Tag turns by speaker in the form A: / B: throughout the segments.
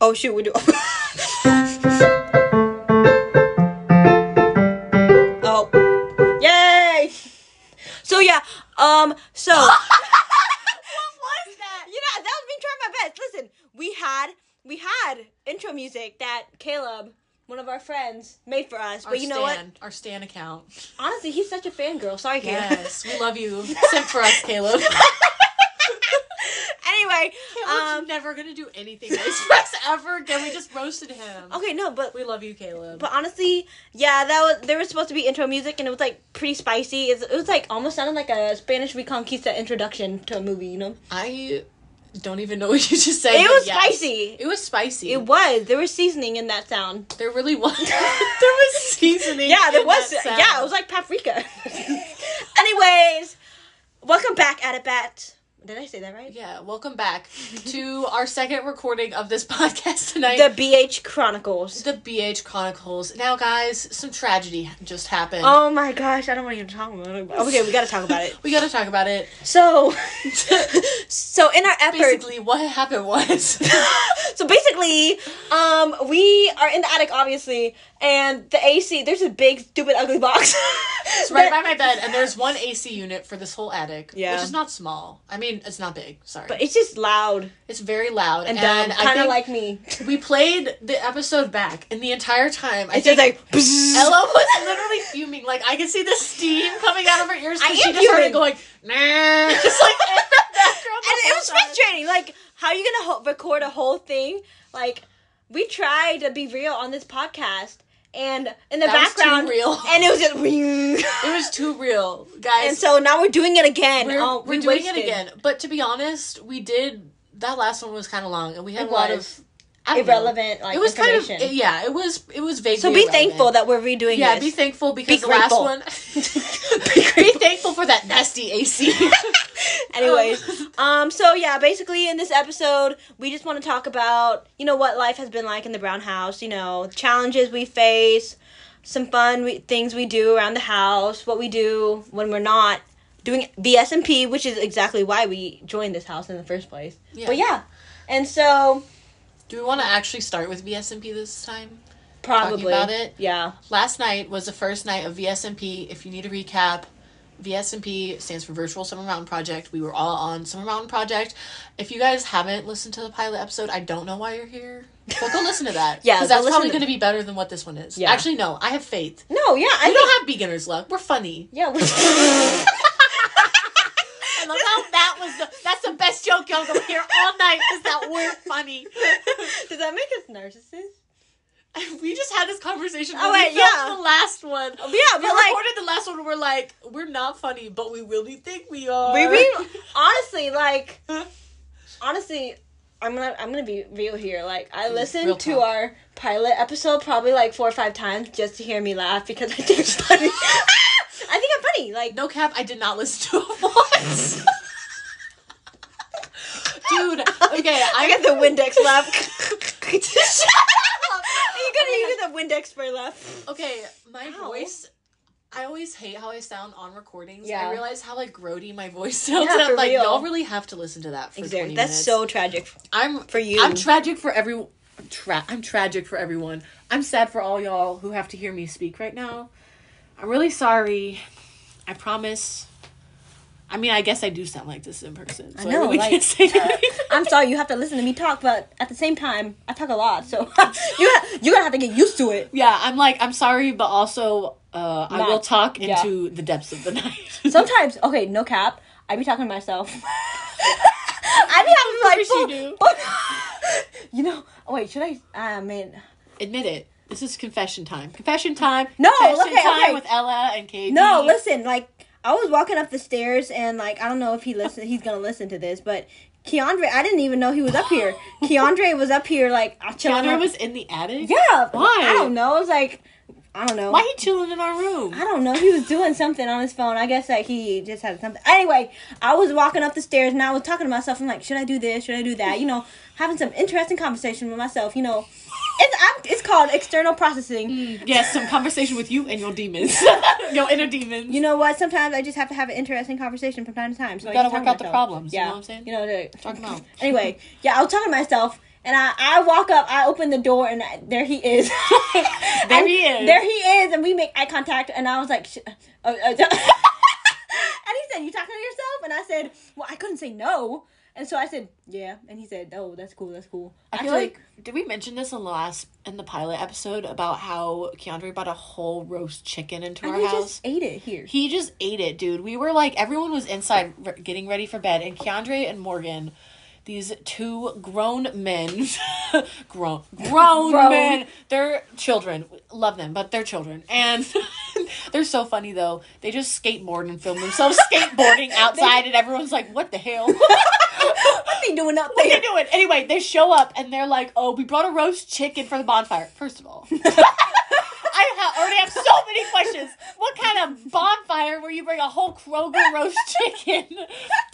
A: Oh shoot, we do. oh, yay! So yeah, um, so what was that? You know, that was me trying my best. Listen, we had we had intro music that Caleb, one of our friends, made for us.
B: Our
A: but you know what?
B: Stan, Our Stan account.
A: Honestly, he's such a fangirl. Sorry, Caleb.
B: Yes, we love you. Sent for us, Caleb.
A: Um, anyway,
B: Um,
A: um,
B: never gonna do anything nice for us ever again. We just roasted him.
A: okay, no, but
B: We love you, Caleb.
A: Oh. But honestly, yeah, that was there was supposed to be intro music, and it was like pretty spicy. It's, it was like almost sounded like a Spanish Reconquista introduction to a movie. You know,
B: I don't even know what you just said.
A: It
B: but
A: was
B: yes.
A: spicy.
B: It was spicy.
A: it was there was seasoning in that sound.
B: there really was. there was seasoning.
A: Yeah, there
B: in
A: was.
B: that sound.
A: Yeah, it was like paprika. Anyways, welcome back at it bat. Did I say that right?
B: Yeah, welcome back to our second recording of this podcast tonight.
A: The BH Chronicles.
B: the BH Chronicles. Now, guys, some tragedy just happened.
A: Oh my gosh, I don't want to even talk about it. Okay, we gotta talk about it.
B: we gotta talk about it.
A: So, so in our efforts,
B: Basically, what happened was
A: so basically, um, we are in the attic, obviously, and the AC. There's a big, stupid, ugly box.
B: it's right by my bed, and there's one AC unit for this whole attic,
A: Yeah.
B: which is not small. I mean, it's not big. Sorry,
A: But it's just loud
B: it's very loud,
A: and,
B: and,
A: dumb,
B: I
A: kind of
B: think
A: like me.
B: we played the episode back, and the entire time I
A: It's just
B: think
A: like. bzzz.
B: Ella was literally fuming. Like I could see the steam coming out of her ears. 'cause
A: I
B: she
A: am
B: just started
A: fuming.
B: going, nah, just like in the background. the
A: and it
B: whole
A: was
B: time.
A: frustrating. Like, how are you gonna ho- record a whole thing? Like, we tried to be real on this podcast, and in the
B: That was too
A: background,
B: real.
A: and it was just. ring.
B: It was too real, guys.
A: and so now we're doing it again.
B: we're,
A: oh,
B: we're
A: we
B: doing it
A: wasted.
B: again. But to be honest, we did that last one was kind of long, and we had
A: It
B: a lot
A: was.
B: of I don't know.
A: Irrelevant, like,
B: it was kind of
A: information.
B: yeah. It was it was vaguely.
A: So be
B: irrelevant.
A: thankful that we're redoing
B: yeah,
A: this.
B: be thankful because the last
A: grateful.
B: one. be thankful for that nasty AC.
A: Anyways, um, so yeah, basically in this episode, we just want to talk about you know what life has been like in the brown house. You know, challenges we face, some fun we, things we do around the house, what we do when we're not doing BSMP, which is exactly why we joined this house in the first place.
B: Yeah.
A: But yeah, and so
B: Do we want to actually start with VSMP this time?
A: probably
B: about it?
A: Yeah,
B: Last night was the first night of VSMP. If you need a recap, VSMP stands for Virtual Summer Mountain Project. We were all on Summer Mountain Project. If you guys haven't listened to the pilot episode, I don't know why you're here. But go listen to that.
A: Yeah,
B: because
A: go
B: that's
A: listen
B: probably
A: to-
B: going to be better than what this one is.
A: Yeah.
B: Actually, no, I have faith.
A: no, yeah, I
B: We
A: think,
B: don't have beginner's luck. We're funny.
A: yeah. We're-
B: I love how that was the that's the best joke y'all gonna hear all night is that we're funny.
A: Does that make us narcissists?
B: We just had this conversation.
A: Oh,
B: when we
A: wait,
B: filmed
A: yeah. Oh,
B: the last one.
A: yeah,
B: we
A: but, like-
B: recorded the last one. and We're like, we're not funny, but we really think we are.
A: We re- honestly like honestly I'm gonna I'm gonna be real here. Like I listened
B: real
A: to
B: talk.
A: our pilot episode probably like four or five times just to hear me laugh because I think it's funny. I think I'm funny. Like
B: no cap. I did not listen to it once. Dude, okay,
A: I
B: I
A: got the Windex laugh. you gotta you get the Windex spray laugh.
B: okay. My
A: Ow.
B: voice. I always hate how I sound on recordings.
A: Yeah.
B: I realize how like grody my voice sounds.
A: Yeah,
B: and I'm
A: for
B: like,
A: real.
B: y'all really have to listen to that for
A: Exactly.
B: 20
A: That's
B: minutes.
A: so tragic.
B: I'm
A: For you.
B: I'm tragic for every. Tra- I'm tragic for everyone. I'm sad for all y'all who have to hear me speak right now. I'm really sorry. I promise. I mean, I guess I do sound like this in person. So I,
A: know,
B: really
A: like-
B: can't say anything.
A: I'm sorry you have to listen to me talk, but at the same time I talk a lot, so you ha- you're gonna have to get used to it.
B: yeah, I'm like I'm sorry, but also uh, I
A: Not-
B: will talk
A: yeah.
B: into the depths of the night.
A: Sometimes, okay, no cap, I be talking to myself. I be having
B: you
A: like,
B: do.
A: but, you know, oh, wait, should I? Ah, man,
B: Admit it. This is confession time. Confession time.
A: No,
B: confession
A: okay,
B: time
A: okay.
B: with Ella and Katie.
A: no, listen, like I was walking up the stairs and like I don't know if he listen, he's gonna listen to this, but Keandre, I didn't even know he was up here. Keandre was up here, like I chilling.
B: Chandra
A: out-
B: was in the attic.
A: yeah,
B: Why?
A: I don't know. It was like, I don't know.
B: Why he chilling in our room?
A: I don't know. He was doing something on his phone. I guess like he just had something. Anyway, I was walking up the stairs and I was talking to myself. I'm like, should I do this? Should I do that? You know, having some interesting conversation with myself. You know, it's I'm, it's called external processing.
B: Yes, some conversation with you and your demons, your inner demons.
A: You know what? Sometimes I just have to have an interesting conversation from time to time. So you
B: gotta work out the problems, you
A: Yeah,
B: know what I'm saying?
A: You know. the-
B: Talk 'em out.
A: Anyway, yeah, I was talking to myself And I, I walk up, I open the door, and I, there he is. there
B: There he is.
A: There he is, and we make eye contact, and I was like, "Sh- uh, uh, and he said, "You talking to yourself?" And I said, "Well, I couldn't say no." And so I said, "Yeah," and he said, "Oh, that's cool, that's cool."
B: I feel like did we mention this in the last in the pilot episode about how Keandre brought a whole roast chicken into
A: and
B: our
A: he
B: house?
A: just ate it here.
B: He just ate it, dude. We were like, everyone was inside re- getting ready for bed, and Keandre and Morgan, these two grown men, grown, grown,
A: Grown.
B: men, they're children. Love them, but they're children. And they're so funny, though. They just skateboard and film themselves skateboarding outside, and everyone's like, what the hell?
A: What's he doing up
B: they
A: there?
B: do it. Anyway, they show up and they're like, "Oh, we brought a roast chicken for the bonfire." First of all, I ha- already have so many questions. What kind of bonfire where you bring a whole Kroger roast chicken?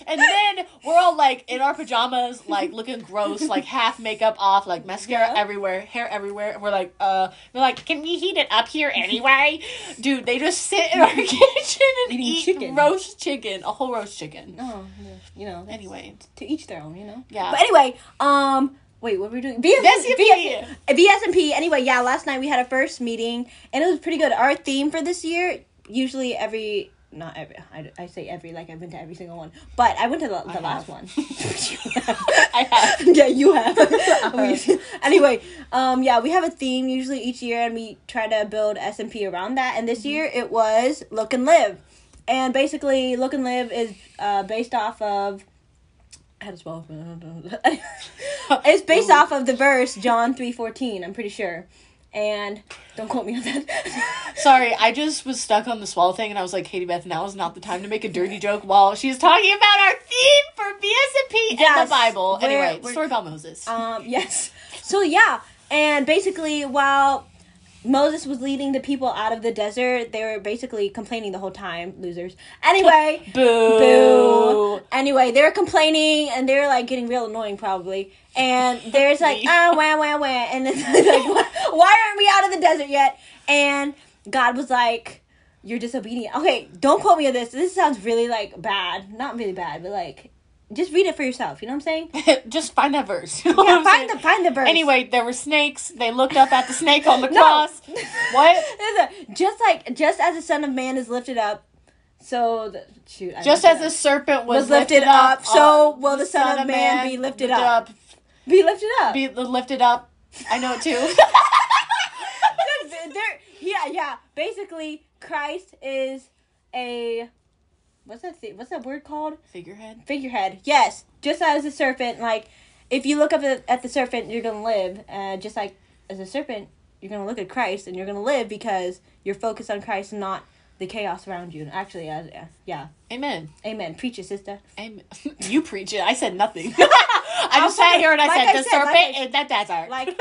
B: And then we're all like in our pajamas, like looking gross, like half makeup off, like mascara
A: Yeah.
B: everywhere, hair everywhere, and we're like, "Uh," they're like, "Can we heat it up here anyway?" Dude, they just sit in our kitchen and
A: Eating
B: eat
A: chicken.
B: roast chicken, a whole roast chicken.
A: Oh, yeah, you know. that's-
B: Anyway,
A: to each their own, you know.
B: Yeah.
A: But anyway, um, wait, what were we doing? VS-
B: VSMP.
A: VSMP. Anyway, yeah, last night we had a first meeting, and it was pretty good. Our theme for this year, usually every. Not every, I, I say every, like I've been to every single one. But I went to the, the last
B: have.
A: one.
B: I have.
A: yeah, you have. We- anyway, um, yeah, we have a theme usually each year, and we try to build S and P around that. And this year it was look and live, and basically look and live is uh, based off of. I had to spell it. it's based off of the verse John three fourteen. I'm pretty sure, and don't quote me on that.
B: Sorry, I just was stuck on the swallow thing, and I was like, Katie Beth, now is not the time to make a dirty joke while she's talking about our theme for BSP and
A: Yes,
B: the Bible.
A: we're-
B: anyway,
A: we're-
B: story about Moses.
A: Um, yes. So yeah, and basically while Moses was leading the people out of the desert, they were basically complaining the whole time, losers. Anyway,
B: boo.
A: boo. Anyway, they were complaining and they were like getting real annoying probably. And there's like
B: Me.
A: ah wah wah wah, and it's like why, why aren't we out of the desert yet? And God was like. You're disobedient. Okay, don't quote me on this. This sounds really like bad. Not really bad, but like, just read it for yourself. You know what I'm saying?
B: just find that verse.
A: Yeah, find the find the verse.
B: Anyway, there were snakes. They looked up at the snake on the cross. What?
A: There's a- just like just as the son of man is lifted up, so the, shoot. I
B: Just
A: messed
B: as
A: it
B: the
A: up.
B: serpent was,
A: Was lifted up,
B: uh,
A: so will the Son of Man be lifted up. be lifted up.
B: Be lifted up. I know it too.
A: There- there- yeah, yeah. Basically, Christ is a what's that? Th- what's that word called?
B: Figurehead.
A: Figurehead. Yes. Just as a serpent, like if you look up at, at the serpent, you're gonna live. Uh, just like as a serpent, you're gonna look at Christ and you're gonna live because you're focused on Christ, and not the chaos around you. And actually, uh, yeah, yeah.
B: Amen.
A: Amen. Preach it, sister.
B: I'm, you preach it. I said nothing. I just sat here and I
A: Like
B: said
A: I
B: the
A: said,
B: serpent
A: like I-
B: and that desert.
A: Like,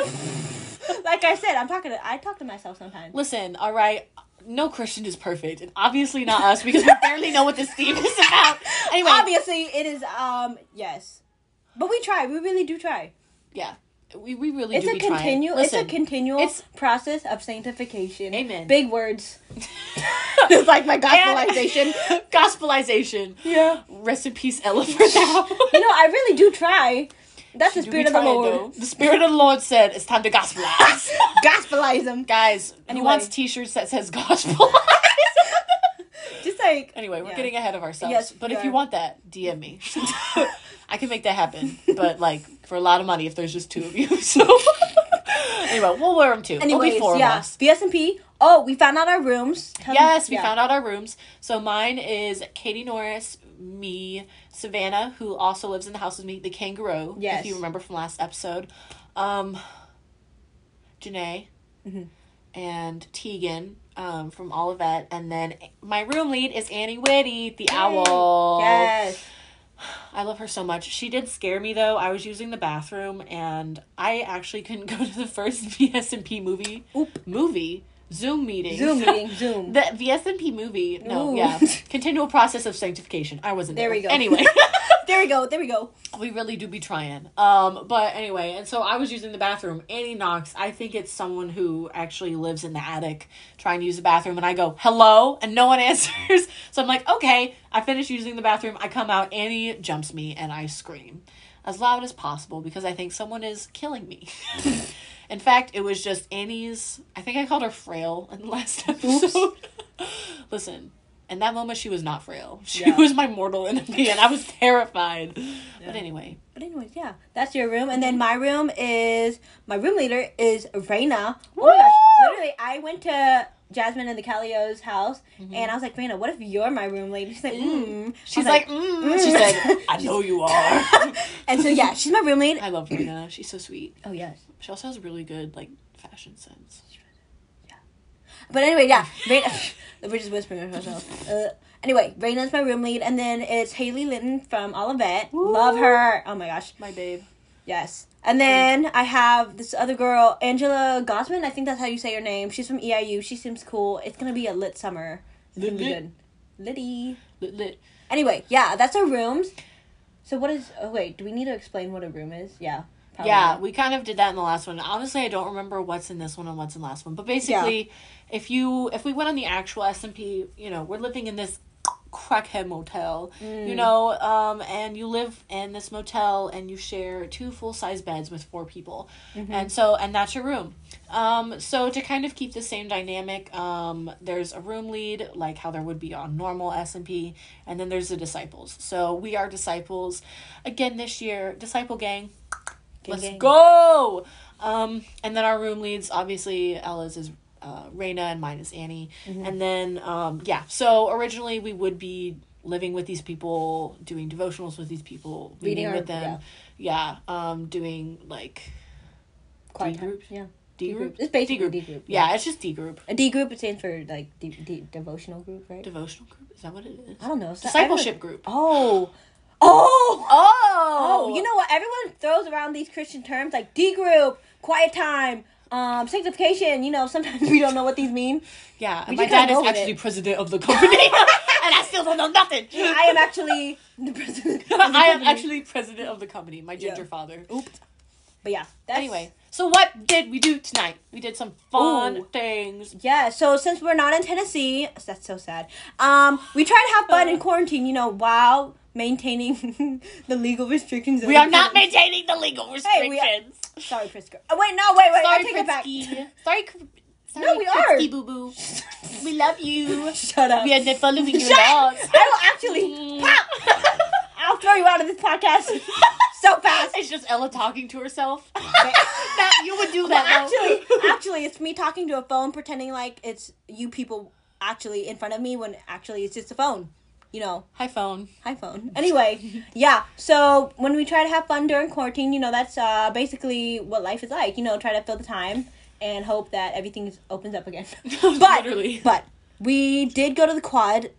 A: like I said, I'm talking. To, I talk to myself sometimes.
B: Listen, all right. No Christian is perfect, and obviously not us because we barely know what this theme is about. Anyway,
A: Obviously, it is. Um, yes, but we try. We really do try.
B: yeah, we, we really
A: It's
B: do
A: a
B: be trying.
A: continual. It's
B: Listen,
A: a continual
B: it's-
A: process of sanctification.
B: Amen.
A: Big words. it's like my gospelization.
B: And- gospelization.
A: yeah.
B: Rest in peace, Ella. For now.
A: You know, I really do try. That's the
B: Do we
A: spirit of the
B: try it,
A: Lord.
B: though? The spirit of the Lord said it's time to gospelize,
A: Gospelize them.
B: guys.
A: Anyway.
B: Who wants T-shirts that says gospel?
A: Just like
B: Anyway, we're
A: Yeah.
B: getting ahead of ourselves.
A: Yes,
B: but
A: we
B: if you
A: are.
B: want that, DM me. I can make that happen, but like for a lot of money if there's just two of you. So anyway, we'll wear them too. we'll be
A: Anyways,
B: four of
A: yeah.
B: us.
A: VS and P. Oh, we found out our rooms. Tell them-
B: Yes, we
A: yeah.
B: found out our rooms. So mine is Katie Norris, me, Savannah, who also lives in the house with me, the kangaroo.
A: Yes.
B: If you remember from last episode, um, Janae,
A: Mm-hmm.
B: and Tegan. Um, from Olivet, and then my room lead is Annie Whitty, the owl.
A: Yes.
B: I love her so much. She did scare me though. I was using the bathroom and I actually couldn't go to the first VSMP movie
A: Oop.
B: movie Zoom meeting.
A: Zoom meeting. Zoom.
B: the VSMP movie. No,
A: Ooh.
B: yeah. Continual process of sanctification. I wasn't
A: There
B: there.
A: we go.
B: Anyway,
A: There we go. There we go.
B: we really do be trying. Um, but anyway, and so I was using the bathroom. Annie knocks. I think it's someone who actually lives in the attic trying to use the bathroom, and I go hello, and no one answers. So I'm like, okay. I finish using the bathroom. I come out. Annie jumps me, and I scream. as loud as possible because I think someone is killing me. In fact, it was just Annie's. I think I called her frail in the last episode. Listen, in that moment, she was not frail. She
A: Yeah.
B: was my mortal enemy, and I was terrified. But
A: Yeah.
B: anyway,
A: But anyways, yeah, that's your room, and then my room is my room leader is Raina. Oh my gosh!
B: Woo!
A: Literally, I went to Jasmine and the Calio's house, and I was like, Raina, what if you're my room lady? She's like, mm. I
B: Mm-hmm.
A: was
B: she's like, mm. she said, I know you are.
A: and so yeah, she's my room lead.
B: I love Rena. She's so sweet.
A: Oh yes.
B: She also has really good like fashion sense.
A: But anyway, yeah, Raina. we're just whispering to ourselves. Uh, anyway, Raina's my room lead, and then it's Haley Linton from Olivet. Love
B: Woo!
A: her. Oh my gosh.
B: My babe.
A: Yes. And then I have this other girl, Angela Gosman. I think that's how you say her name. She's from EIU. She seems cool. It's gonna be a lit summer. It's gonna be
B: Lit,
A: good. Litty.
B: Lit, lit.
A: Anyway, yeah, that's our rooms. So what is? Oh wait, do we need to explain what a room is? Yeah. probably.
B: Yeah, we kind of did that in the last one. Honestly, I don't remember what's in this one and what's in last one. But basically, if you if we went on the actual S and P, you know, we're living in this crackhead motel,
A: Mm,
B: you know, um, and you live in this motel and you share two full size beds with four people, and so and that's your room. Um, so to kind of keep the same dynamic, um, there's a room lead like how there would be on normal S and P, and then there's the disciples. So we are disciples, again this year, disciple gang.
A: Gang,
B: Let's
A: gang.
B: go. Um, and then our room leads, obviously, Ella's is uh, Raina and mine is Annie. And then, um, yeah, so originally we would be living with these people, doing devotionals with these people,
A: Reading
B: reading
A: our-
B: with them. Yeah. um, doing like
A: Quiet
B: D
A: time.
B: groups?
A: Yeah.
B: D group.
A: It's basically
B: D
A: D
B: group.
A: group.
B: Yeah, it's just D group.
A: A D group it stands for like D, D, devotional group, right?
B: Devotional group? Is that what it is?
A: I don't know. So I don't-
B: Discipleship group.
A: Oh. Oh.
B: Oh,
A: Oh, you know what? Everyone throws around these Christian terms like D group, quiet time, um, sanctification. You know, sometimes we don't know what these mean.
B: Yeah, and
A: We
B: my
A: just gotta
B: dad is
A: go with
B: actually
A: it.
B: president of the company, and I still don't know nothing.
A: I am actually the president. of the
B: I am
A: company.
B: actually president of the company, my ginger
A: Yeah.
B: father.
A: Oops. But yeah. That's,
B: Anyway, so what did we do tonight? We did some fun
A: Ooh.
B: things.
A: Yeah. So since we're not in Tennessee, that's so sad. Um, we try to have
B: Uh.
A: fun in quarantine. You know, while maintaining the legal restrictions. of
B: We
A: the
B: are not
A: COVID-
B: maintaining the legal
A: Hey, we are-
B: restrictions.
A: Sorry, Prisco. Oh, wait, no, wait, wait. I
B: sorry,
A: take it
B: Pritzky. Sorry, Cr- sorry,
A: No, we are.
B: Pritzky Boo Boo. We love you.
A: back. Shut up.
B: We are not following your
A: Shut up.
B: laws.
A: I will actually pop. I'll throw you out of this podcast so fast.
B: It's just Ella talking to herself. that you would do
A: Well,
B: that. though.
A: actually, actually, it's me talking to a phone, pretending like it's you people actually in front of me when actually it's just a phone. You know,
B: Hi, phone.
A: hi phone. Anyway, yeah. So when we try to have fun during quarantine, you know, that's uh, basically what life is like. You know, try to fill the time and hope that everything is- opens up again. but
B: Literally.
A: but we did go to the quad.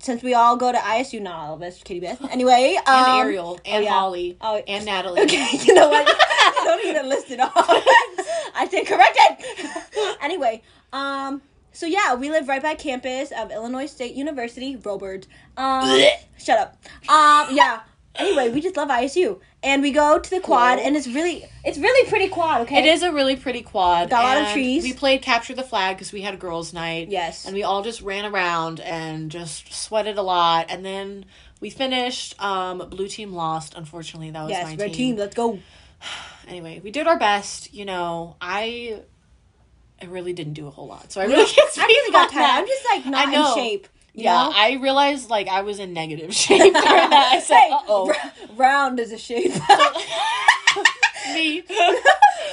A: Since we all go to ISU, not all of us, Kitty Beth. Anyway, um,
B: and Ariel and
A: yeah.
B: Holly
A: Oh,
B: and Natalie.
A: Okay, you know what? I don't need to list it all. I said corrected. anyway, um, so yeah, we live right by campus of Illinois State University, Robert. Um, shut up. Um, yeah. Anyway, we just love ISU, and we go to the quad,
B: Cool.
A: and it's really, it's really pretty quad. Okay,
B: It is a really pretty quad.
A: Got a lot of
B: and
A: trees.
B: We played capture the flag because we had girls' night.
A: Yes.
B: and we all just ran around and just sweated a lot. And then we finished. Um, blue team lost. Unfortunately, that was
A: Yes,
B: my
A: red team. Let's go.
B: Anyway, we did our best. You know, I, I really didn't do a whole lot, so I really can't
A: I
B: speak
A: really
B: about
A: got tired.
B: that.
A: I'm just like not
B: I know.
A: in shape. You
B: yeah,
A: know?
B: I realized like I was in negative shape during that. I said,
A: hey,
B: "Uh oh,
A: ra- round is a shape.
B: me."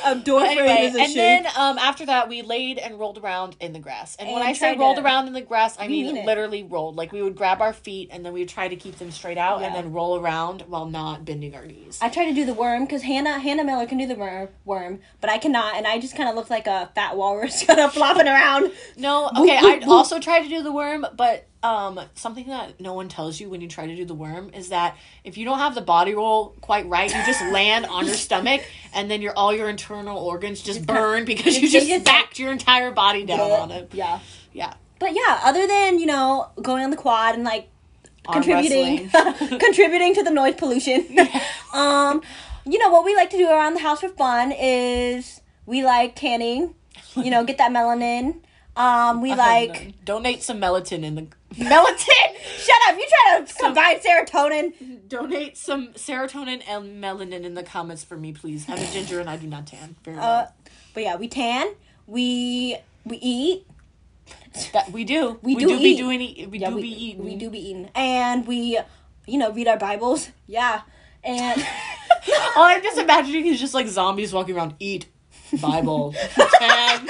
A: a door frame
B: anyway,
A: is a
B: and
A: shape.
B: then um, after that, we laid and rolled around in the grass. And, when
A: And
B: I say
A: tried
B: rolled
A: to-
B: around in the grass, I
A: We
B: mean,
A: mean it.
B: literally rolled. Like we would grab our feet and then we would try to keep them straight out and
A: Yeah.
B: then roll around while not bending our knees.
A: I tried to do the worm because Hannah Hannah Miller can do the worm, worm, but I cannot, and I just kind of looked like a fat walrus kind of flopping around.
B: no, okay,
A: whoop,
B: I
A: whoop.
B: also tried to do the worm, but um, something that no one tells you when you try to do the worm is that if you don't have the body roll quite right, you just land on your stomach and then your all your internal organs just burn because you
A: they
B: just
A: just-
B: backed your entire body down on it.
A: uh, Yeah,
B: Yeah.
A: but yeah, other than you know going on the quad and like
B: Arm
A: contributing
B: wrestling.
A: contributing to the noise pollution. um, you know what we like to do around the house for fun is we like tanning. You know, get that melanin. Um, we like
B: donate some melatonin in the
A: Melatonin. Shut up. You try to combine serotonin.
B: Donate some serotonin and melanin in the comments for me, please. I'm a ginger and I do not tan very
A: Uh,
B: well.
A: but yeah, we tan. We we eat.
B: That we do.
A: we
B: We,
A: do
B: do, be
A: eat.
B: doing. e- We
A: Yeah,
B: do
A: we
B: be eating.
A: We do be eating, and we, you know, read our Bibles. Yeah, and
B: All I'm just imagining is just like zombies walking around. Eat Bible. Tan.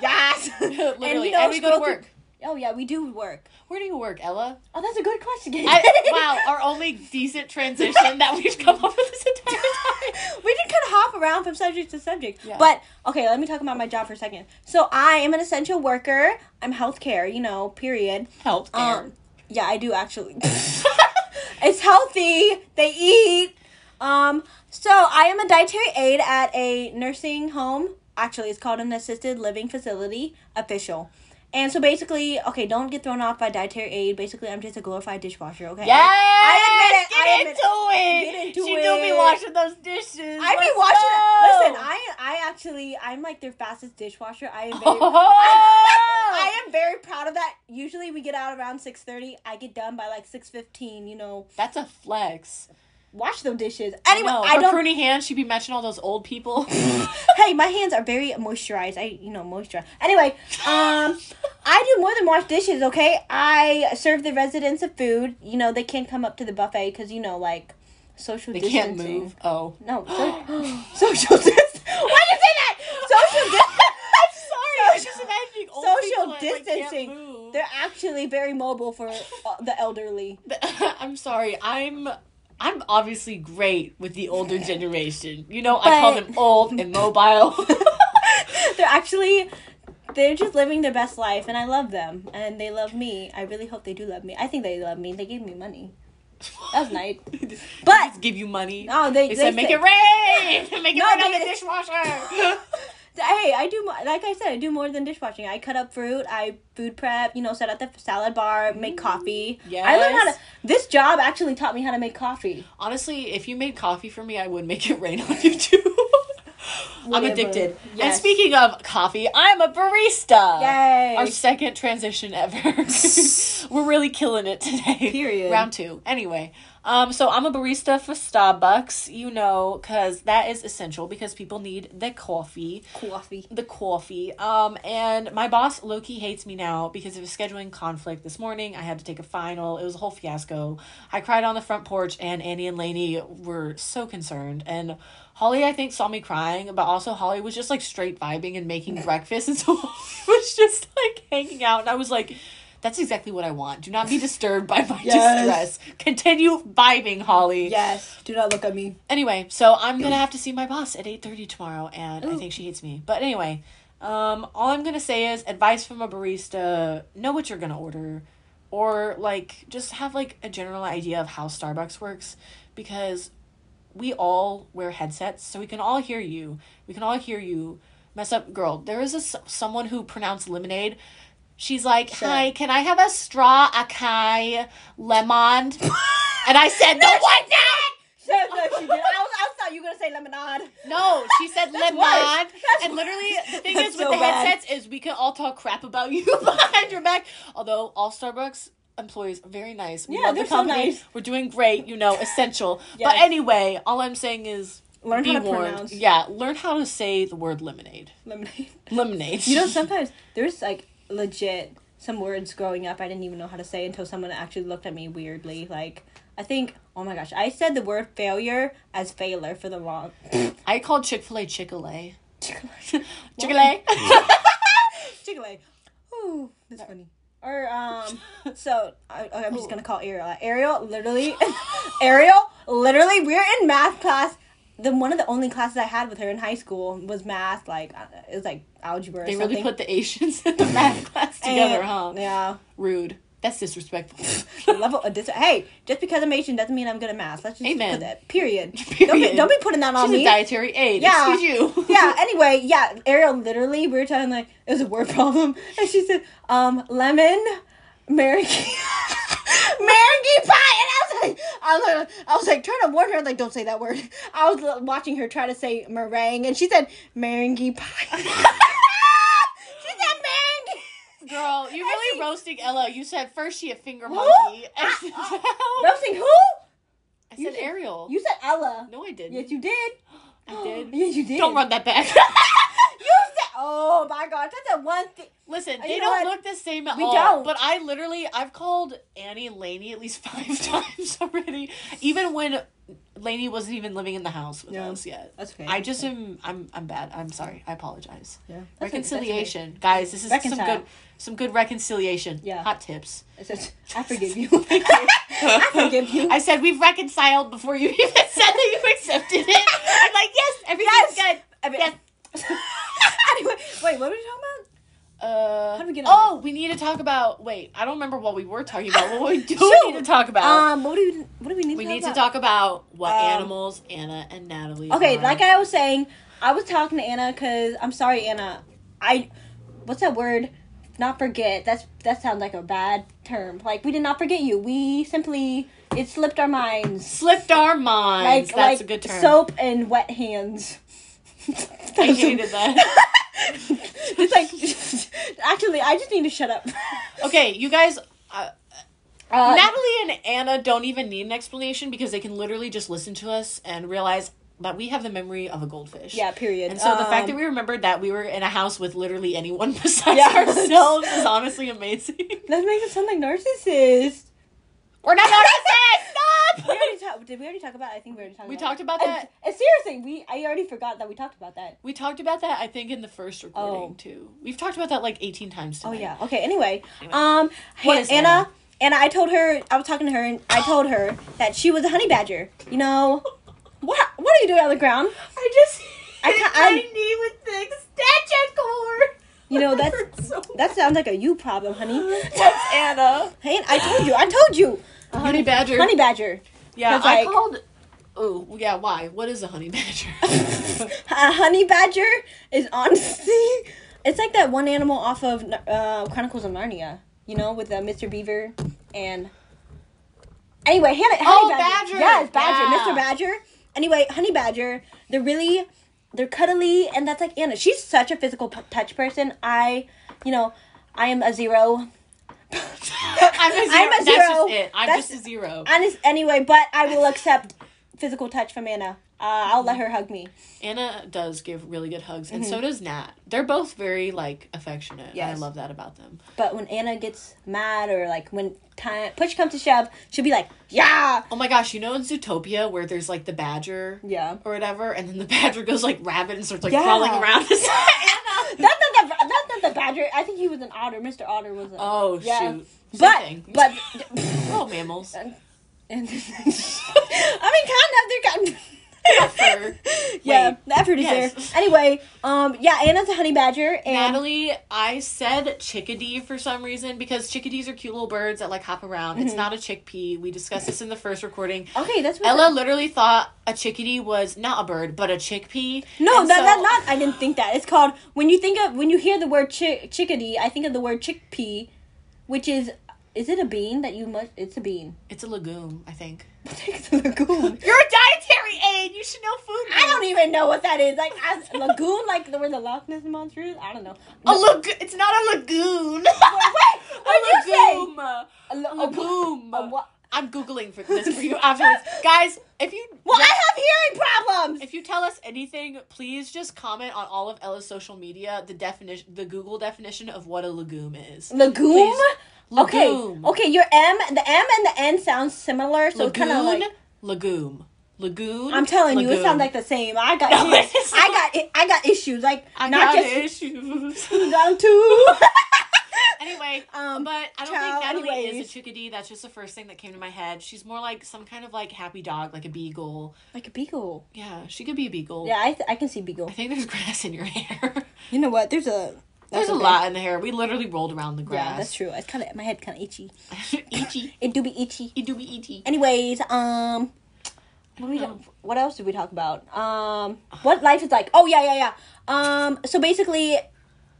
A: yes,
B: Um,
A: And
B: Literally, and,
A: we don't
B: we go to
A: smoke-
B: work.
A: Oh yeah, we do work.
B: Where do you work, Ella?
A: Oh, that's a good question.
B: I, wow, our only decent transition that we've come up with this entire time.
A: we did kind of hop around from subject to subject.
B: Yeah.
A: But okay, let me talk about my job for a second. So I am an essential worker. I'm healthcare, you know, period.
B: Help.
A: Um, yeah, I do actually. it's healthy. They eat. Um, so I am a dietary aide at a nursing home. Actually, it's called an assisted living facility official. And so basically, okay, don't get thrown off by dietary aid. Basically, I'm just a glorified dishwasher, okay?
B: Yes!
A: I admit it,
B: Get
A: I admit it.
B: into it.
A: Get into
B: she do be
A: it.
B: washing those dishes.
A: I be
B: Let's
A: watching.
B: go.
A: Listen, I I actually I'm like their fastest dishwasher. I am very I
B: Oh!
A: am very proud of that. Usually we get out around six thirty. I get done by like six fifteen. You know,
B: That's a flex.
A: wash those dishes. Anyway,
B: no,
A: I
B: her
A: don't.
B: pruny hands, she'd be matching all those old people.
A: hey, my hands are very moisturized. I you know moisturize. Anyway, um, I do more than wash dishes. Okay, I serve the residents of food. You know they can't come up to the buffet because you know like social
B: they
A: distancing.
B: can't move. Oh.
A: No, so- social distance. Why you say that? Social distance.
B: Sorry, I was just imagining old
A: Social
B: people that, like, can't
A: distancing.
B: move.
A: They're actually very mobile for uh, the elderly.
B: I'm sorry. I'm I'm obviously great with the older generation. You know, I call
A: But-
B: them old and mobile.
A: they're actually they're just living their best life and I love them and they love me. I really hope they do love me. I think they love me. They gave me money. That was nice.
B: They just give you money.
A: Oh, they
B: They,
A: they
B: said make it rain. make it
A: No,
B: rain
A: they-
B: on the dishwasher.
A: Hey, I do mo- like I said, I do more than dishwashing. I cut up fruit, I food prep, you know, set out the salad bar, make coffee. I learned how to
B: Yes.
A: this job actually taught me how to make coffee.
B: Honestly, if you made coffee for me, I would make it rain on you too. I'm
A: Whatever.
B: addicted. And
A: Yes.
B: speaking of coffee, I'm a barista.
A: Yay.
B: Our second transition ever. We're really killing it today.
A: Period.
B: Round two. Anyway, um, so I'm a barista for Starbucks, you know, because that is essential because people need the coffee
A: Coffee.
B: the coffee. Um, and my boss Loki hates me now because of a scheduling conflict this morning. I had to take a final. It was a whole fiasco. I cried on the front porch, and Annie and Lainey were so concerned. And Holly, I think, saw me crying, but also Holly was just like straight vibing and making breakfast, and so Holly was just like hanging out. And I was like. That's exactly what I want. Do not be disturbed by my
A: Yes.
B: distress. Continue vibing, Holly.
A: Yes. Do not look at me.
B: Anyway, so I'm gonna have to see my boss at eight thirty tomorrow, and I think she hates me. But anyway, um, all I'm gonna say is advice from a barista: know what you're gonna order, or like just have like a general idea of how Starbucks works, because we all wear headsets, so we can all hear you. We can all hear you mess up, girl. There is a s- someone who pronounced lemonade. She's like, "Hi, can I have a straw acai lemon?" and I said, "No, what not?"
A: No, no, she did. I, was, I thought you were gonna say lemonade.
B: No, she said lemon.
A: worse. That's
B: and literally, the thing
A: That's
B: is with
A: so
B: the
A: bad.
B: headsets is we can all talk crap about you behind your back. Although all Starbucks employees are very nice. We
A: Yeah,
B: love
A: they're
B: the
A: so
B: company.
A: nice.
B: We're doing great, you know, essential. But
A: Yes.
B: anyway, all I'm saying is
A: Learn
B: be
A: how to
B: warned.
A: pronounce.
B: Yeah, learn how to say the word lemonade.
A: Lemonade.
B: Lemonade.
A: You know, sometimes there's like legit some words growing up I didn't even know how to say until someone actually looked at me weirdly. Like, I think, oh my gosh, I said the word failure as failure for the long.
B: I called Chick-fil-A Chick-fil-A. Chick-fil-A.
A: Why? Chick-fil-A. Ooh, that's funny. Or um, so I, okay, I'm just gonna call Ariel. Ariel, literally, Ariel, literally, we're in math class. The one of the only classes I had with her in high school was math. Like uh, it was like algebra. Or
B: they
A: something.
B: really put the Asians in the math class together, huh?
A: And- Yeah.
B: Rude. That's disrespectful.
A: level of dis- Hey, just because I'm Asian doesn't mean I'm good at math. Let's just
B: Amen.
A: put that. Period. Don't, be,
B: Period.
A: don't be putting that on
B: She's a
A: me.
B: dietary aid.
A: Yeah.
B: Excuse you.
A: yeah. Anyway, yeah. Ariel, literally, we were talking like it was a word problem, and she said, "Um, lemon, Mary." Marigny pie, and I was like, I was, like- I was like trying to warn her, like, don't say that word. I was l- watching her try to say meringue, and she said meringue pie. she said meringue.
B: Girl, you really roasting Ella. You said first she a finger
A: Whoa.
B: monkey.
A: Ah,
B: I
A: Roasting who? you
B: said
A: said-
B: Ariel.
A: You said Ella.
B: No, I didn't.
A: Yes, you did.
B: I did.
A: Yes, you did.
B: Don't run that back.
A: You said, oh my god, that's the one thing.
B: Listen,
A: You
B: they
A: know
B: don't
A: what?
B: look the same at
A: We
B: all.
A: don't.
B: But I literally, I've called Annie Laney at least five times already, even when Laney wasn't even living in the house with
A: Yeah.
B: us yet.
A: That's okay.
B: I just am. I'm. I'm bad. I'm sorry. I apologize.
A: yeah.
B: reconciliation, guys. This is some
A: Reconcile.
B: good. Some good reconciliation.
A: Yeah.
B: Hot tips.
A: I, said, I forgive you. I forgive you.
B: I said we've reconciled before you even said that you accepted it. I'm like, yes,
A: Yes.
B: everything's good.
A: I mean,
B: Yes.
A: anyway, wait, what were we talking
B: Uh,
A: How do we get on
B: oh, we need to talk about. Wait, I don't remember what we were talking about. What we do
A: Shoot.
B: need to talk about?
A: about? Um, what do we, what do we need
B: Uh, we
A: to
B: need
A: talk
B: to
A: about?
B: talk about what
A: Um,
B: animals Anna and Natalie.
A: Okay,
B: are.
A: like I was saying, I was talking to Anna because I'm sorry, Anna. I what's that word? Not forget. That's that sounds like a bad term. Like we did not forget you. We simply it slipped our minds.
B: slipped our minds.
A: Like
B: That's
A: like
B: a good term.
A: soap and wet hands.
B: I hated that.
A: it's like actually, I just need to shut up.
B: okay, you guys. Uh,
A: Uh,
B: Natalie and Anna don't even need an explanation because they can literally just listen to us and realize that we have the memory of a goldfish.
A: yeah. Period.
B: And so the fact
A: Um,
B: that we remembered that we were in a house with literally anyone besides
A: Yeah.
B: ourselves is honestly amazing.
A: that makes us sound like narcissists.
B: We're not narcissists!
A: We
B: Stop!
A: already talk, did we already talk about? I think we already talked.
B: We
A: about
B: talked about
A: And-
B: that.
A: and seriously, we I already forgot that we talked about that.
B: We talked about that, I think, in the first recording,
A: Oh.
B: too. We've talked about that like 18 times
A: Oh
B: tonight.
A: yeah. Okay. Anyway, um,
B: What
A: Han-
B: is
A: Anna,
B: Anna?
A: Anna? I told her I was talking to her, and I told her that she was a honey badger. You know, what? What are you doing on the ground?
B: I just
A: I hit can't- my I-
B: knee with the extension cord.
A: You know that's that sounds like a you problem, honey.
B: What's Anna?
A: Hey, I told you. I told you.
B: A honey badger.
A: Honey badger.
B: yeah,
A: 'cause,
B: I
A: like-
B: called. Oh yeah, why? What is a honey badger?
A: A Uh, honey badger is honestly, it's like that one animal off of uh, Chronicles of Narnia. You know, with uh, Mr. Beaver and. Anyway, honey, honey
B: Oh,
A: badger.
B: badger.
A: Yes, badger,
B: Yeah.
A: Mr. Badger. Anyway, honey badger. They're really, they're cuddly, and that's like Anna. She's such a physical p- touch person. I, you know, I am a zero.
B: I'm a 0
A: I'm a
B: That's
A: zero.
B: just it. I'm
A: That's-
B: just a zero.
A: Honest, anyway, but I will accept physical touch from Anna. Uh, I'll let her hug me.
B: Anna does give really good hugs, and so does Nat. They're both very like affectionate. Yeah, I
A: Mm-hmm. Yes.
B: love that about them.
A: But when Anna gets mad or like when time push comes to shove, she'll be like, "Yeah,
B: Oh my gosh, you know in Zootopia where there's like the badger
A: yeah."
B: or whatever, and then the badger goes like rabid and starts like
A: Yeah.
B: crawling around.
A: That's not the that's not the badger. I think he was an otter. Mr. Otter was an
B: oh
A: Yeah.
B: shoot! Same
A: but
B: thing.
A: but
B: We're all mammals.
A: and I mean, kind of. They're kind.
B: Effort.
A: yeah,
B: Wait.
A: the effort is
B: Yes.
A: there. Anyway, um, yeah, Anna's a honey badger, and
B: Natalie, I said chickadee for some reason because chickadees are cute little birds that like hop around.
A: Mm-hmm.
B: It's not a chickpea. We discussed this in the first recording.
A: okay, that's what
B: Ella literally thought a chickadee was not a bird, but a chickpea.
A: No,
B: And
A: that,
B: so-
A: that not. I didn't think that. It's called when you think of when you hear the word chi- chickadee. I think of the word chickpea, which is is it a bean that you must? It's a bean.
B: It's a legume, I think.
A: It's a lagoon.
B: You're a dietary aid. You should know food.
A: I don't even know what that is. Like I, lagoon, like the where the Loch Ness monster is. I don't know.
B: A lag- It's not a lagoon.
A: wait, what did you say?
B: a lagoon.
A: A, lo-
B: A boom.
A: A what?
B: I'm googling for this for you afterwards, guys. If you
A: Well, I have hearing problems.
B: if you tell us anything, please just comment on all of Ella's social media the definition, the Google definition of what a legume is.
A: Lagoon.
B: Please.
A: Okay.
B: Legume.
A: Okay. Your M, the M and the N sounds similar, so kind of
B: Lagoon.
A: like.
B: Legume. Lagoon.
A: I'm telling you, it
B: legume.
A: sounds like the same. I got,
B: No,
A: issues.
B: it's
A: I got, i- I got issues. Like
B: I
A: not
B: got
A: just
B: issues.
A: down two.
B: anyway,
A: Um,
B: but I don't
A: child,
B: think Natalie is
A: anyways.
B: a chickadee. That's just the first thing that came to my head. She's more like some kind of like happy dog, like a beagle.
A: like a beagle.
B: Yeah, she could be a beagle.
A: Yeah, I, th- I can see beagle.
B: I think there's grass in your hair.
A: You know what? There's a. that's
B: There's a
A: okay.
B: lot in the hair. We literally rolled around the grass.
A: Yeah, that's true. It's kind of my head kind of itchy.
B: true. itchy.
A: It do be itchy.
B: It do be itchy.
A: Anyways, um, what, we,
B: know.
A: what else did we talk about? Um, what life is like? Oh yeah, yeah, yeah. Um, so basically,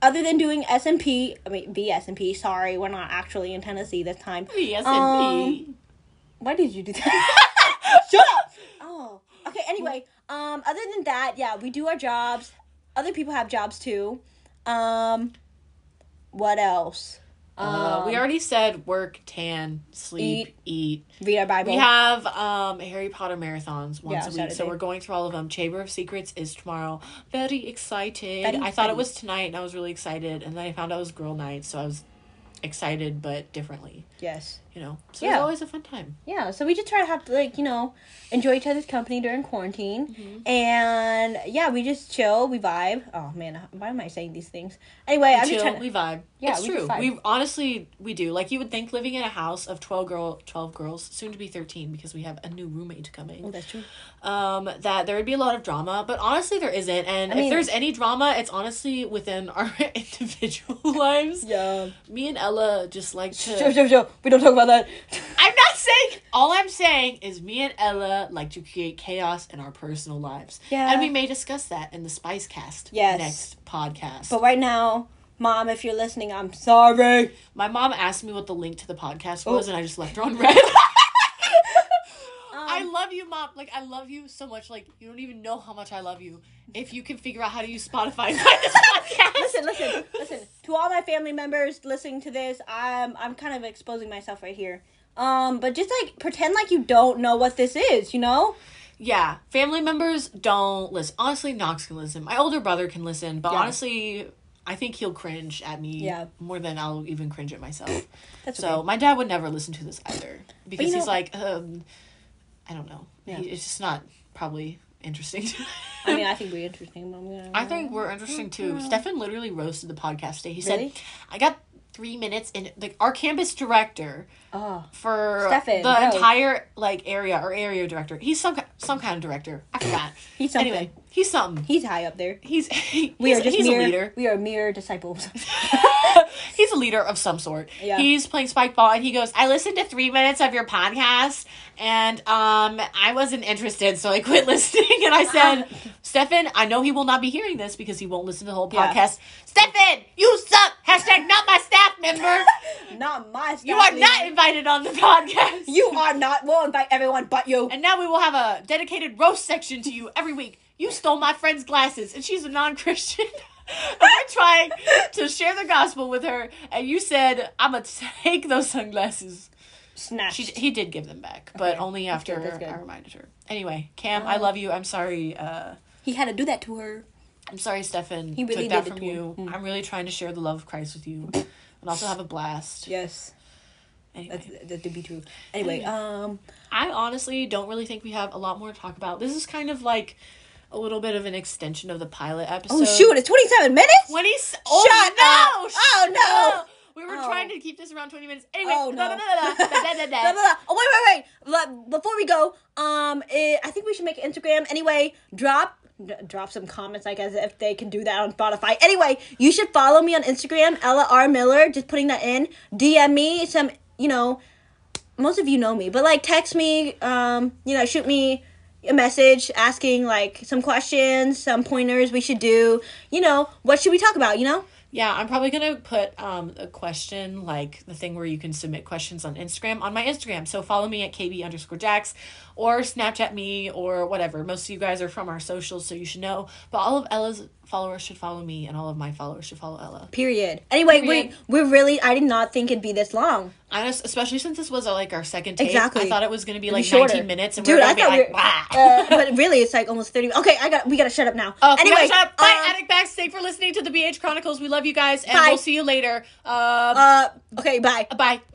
A: other than doing S and P, I mean B S and P. Sorry, we're not actually in Tennessee this time.
B: Yes,
A: Um,
B: indeed.
A: Why did you do that? Shut up. Oh, okay. Anyway, um, other than that, yeah, we do our jobs. Other people have jobs too. Um, What else?
B: Uh,
A: um,
B: we already said work, tan, sleep, eat.
A: Read our Bible.
B: We have um Harry Potter marathons once
A: Yeah,
B: a week, so
A: Saturday.
B: we're going through all of them. Chamber of Secrets is tomorrow. Very excited.
A: Very
B: I thought
A: excited.
B: it was tonight, and I was really excited. And then I found out it was girl night, so I was excited but differently.
A: yes.
B: You know, so
A: Yeah.
B: it's always a fun time.
A: Yeah, so we just try to have like you know enjoy each other's company during quarantine, and yeah, we just chill, we vibe. Oh man, why am I saying these things? Anyway, I'm
B: We
A: just
B: chill,
A: trying to.
B: we vibe.
A: Yeah,
B: it's
A: we
B: true.
A: just vibe.
B: We honestly we do. Like you would think, living in a house of twelve girl, twelve girls, soon to be thirteen, because we have a new roommate coming.
A: Oh, that's true.
B: um that there would be a lot of drama but honestly there isn't and
A: mean-
B: if there's any drama it's honestly within our individual lives
A: Yeah.
B: me and ella just like
A: Show,
B: to
A: show, show. We don't talk about that.
B: i'm not saying all i'm saying is me and ella like to create chaos in our personal lives
A: Yeah.
B: and we may discuss that in the spice cast
A: Yes.
B: next podcast
A: But right now, mom, if you're listening, I'm sorry.
B: my mom asked me what the link to the podcast was
A: Oh.
B: and i just left her on red I
A: Um,
B: love you, mom. Like I love you so much. Like you don't even know how much I love you. If you can figure out how to use Spotify and find this podcast,
A: listen, listen, listen. To all my family members listening to this, I'm I'm kind of exposing myself right here. Um, but just like pretend like you don't know what this is, you know?
B: Yeah, family members don't listen. Honestly, Knox can listen. My older brother can listen, but
A: Yeah.
B: honestly, I think he'll cringe at me
A: Yeah.
B: more than I'll even cringe at myself.
A: That's
B: so
A: okay.
B: my dad would never listen to this either because
A: know-
B: he's like, um, I don't know.
A: Yeah.
B: He, it's just not probably interesting. to
A: I mean, I think we're interesting, but I'm gonna.
B: I think we're interesting too. Stefan literally roasted the podcast today. He
A: Really?
B: said, "I got three minutes," and like our campus director
A: Oh.
B: for
A: Stefan,
B: the
A: no.
B: entire like area or area director. He's some ki- some kind of director. I forgot.
A: He's something.
B: Anyway, he's something.
A: He's high up there.
B: He's he,
A: We
B: he's,
A: are just
B: he's
A: mere,
B: a leader.
A: We are mere disciples.
B: he's a leader of some sort.
A: Yeah.
B: He's playing spike ball and he goes, "I listened to 3 minutes of your podcast and um I wasn't interested, so I quit listening." And I said, "Stefan, I know he will not be hearing this because he won't listen to the whole
A: Yeah.
B: podcast. Stefan, you suck. Hashtag not my staff member.
A: not my. Staff
B: You are
A: leader.
B: not invited on the podcast.
A: You are not. We'll invite everyone but you.
B: And now we will have a dedicated roast section to you every week. You stole my friend's glasses, and she's a non Christian. and we're trying to share the gospel with her, and you said, I'm going to take those sunglasses.
A: Snatch.
B: She, he did give them back, but only after
A: good, that's good. Uh-huh.
B: I reminded her. Anyway, Cam, I love you. I'm sorry. Uh,
A: he had to do that to her.
B: I'm sorry, Stefan. He
A: really
B: took that
A: did it
B: from
A: to Mm.
B: you. I'm really trying to share the love of Christ with you and also have a blast.
A: Yes,
B: Anyway.
A: that's that to be true. Anyway, um,
B: I honestly don't really think we have a lot more to talk about. This is kind of like a little bit of an extension of the pilot episode.
A: oh shoot, it's twenty seven minutes.
B: When he's oh,
A: Shut
B: no!
A: up. Oh, no.
B: We were
A: Oh.
B: trying to keep this around twenty minutes. Anyway,
A: Oh no!
B: da- da- da- da- da- da-
A: Blah,
B: da- da.
A: blah, blah. Oh wait, wait, wait! Le- Before we go, um, eh, I think we should make an Instagram. Anyway, drop d- drop some comments, I guess, if they can do that on Spotify. Anyway, you should follow me on Instagram, Ella R Miller. Just putting that in. DM me some, you know, most of you know me, but like text me, um, you know, shoot me a message asking like some questions, some pointers we should do. You know, what should we talk about? You know.
B: Yeah, I'm probably gonna put um a question like the thing where you can submit questions on Instagram on my Instagram. So follow me at KB underscore Jax or Snapchat me or whatever. Most of you guys are from our socials, so you should know. But all of Ella's followers should follow me and all of my followers should follow Ella.
A: Period. Anyway,
B: Period.
A: we we're really. I did not think it'd be this long.
B: Honest, especially since this was uh, like our second take.
A: Exactly.
B: I thought it was gonna be like
A: shorter.
B: 19 minutes and
A: Dude,
B: we
A: I
B: are gonna
A: thought
B: be
A: we
B: like,
A: were-
B: "Bah."
A: Uh, but really, it's like almost thirty. Okay, I got. We gotta shut up now.
B: Oh,
A: anyway,
B: anyway, shut up. Bye,
A: um,
B: Attic Bags. Thanks for listening to the BH Chronicles. We love you guys, and
A: Bye.
B: we'll see you later. Uh,
A: uh, okay, bye.
B: bye.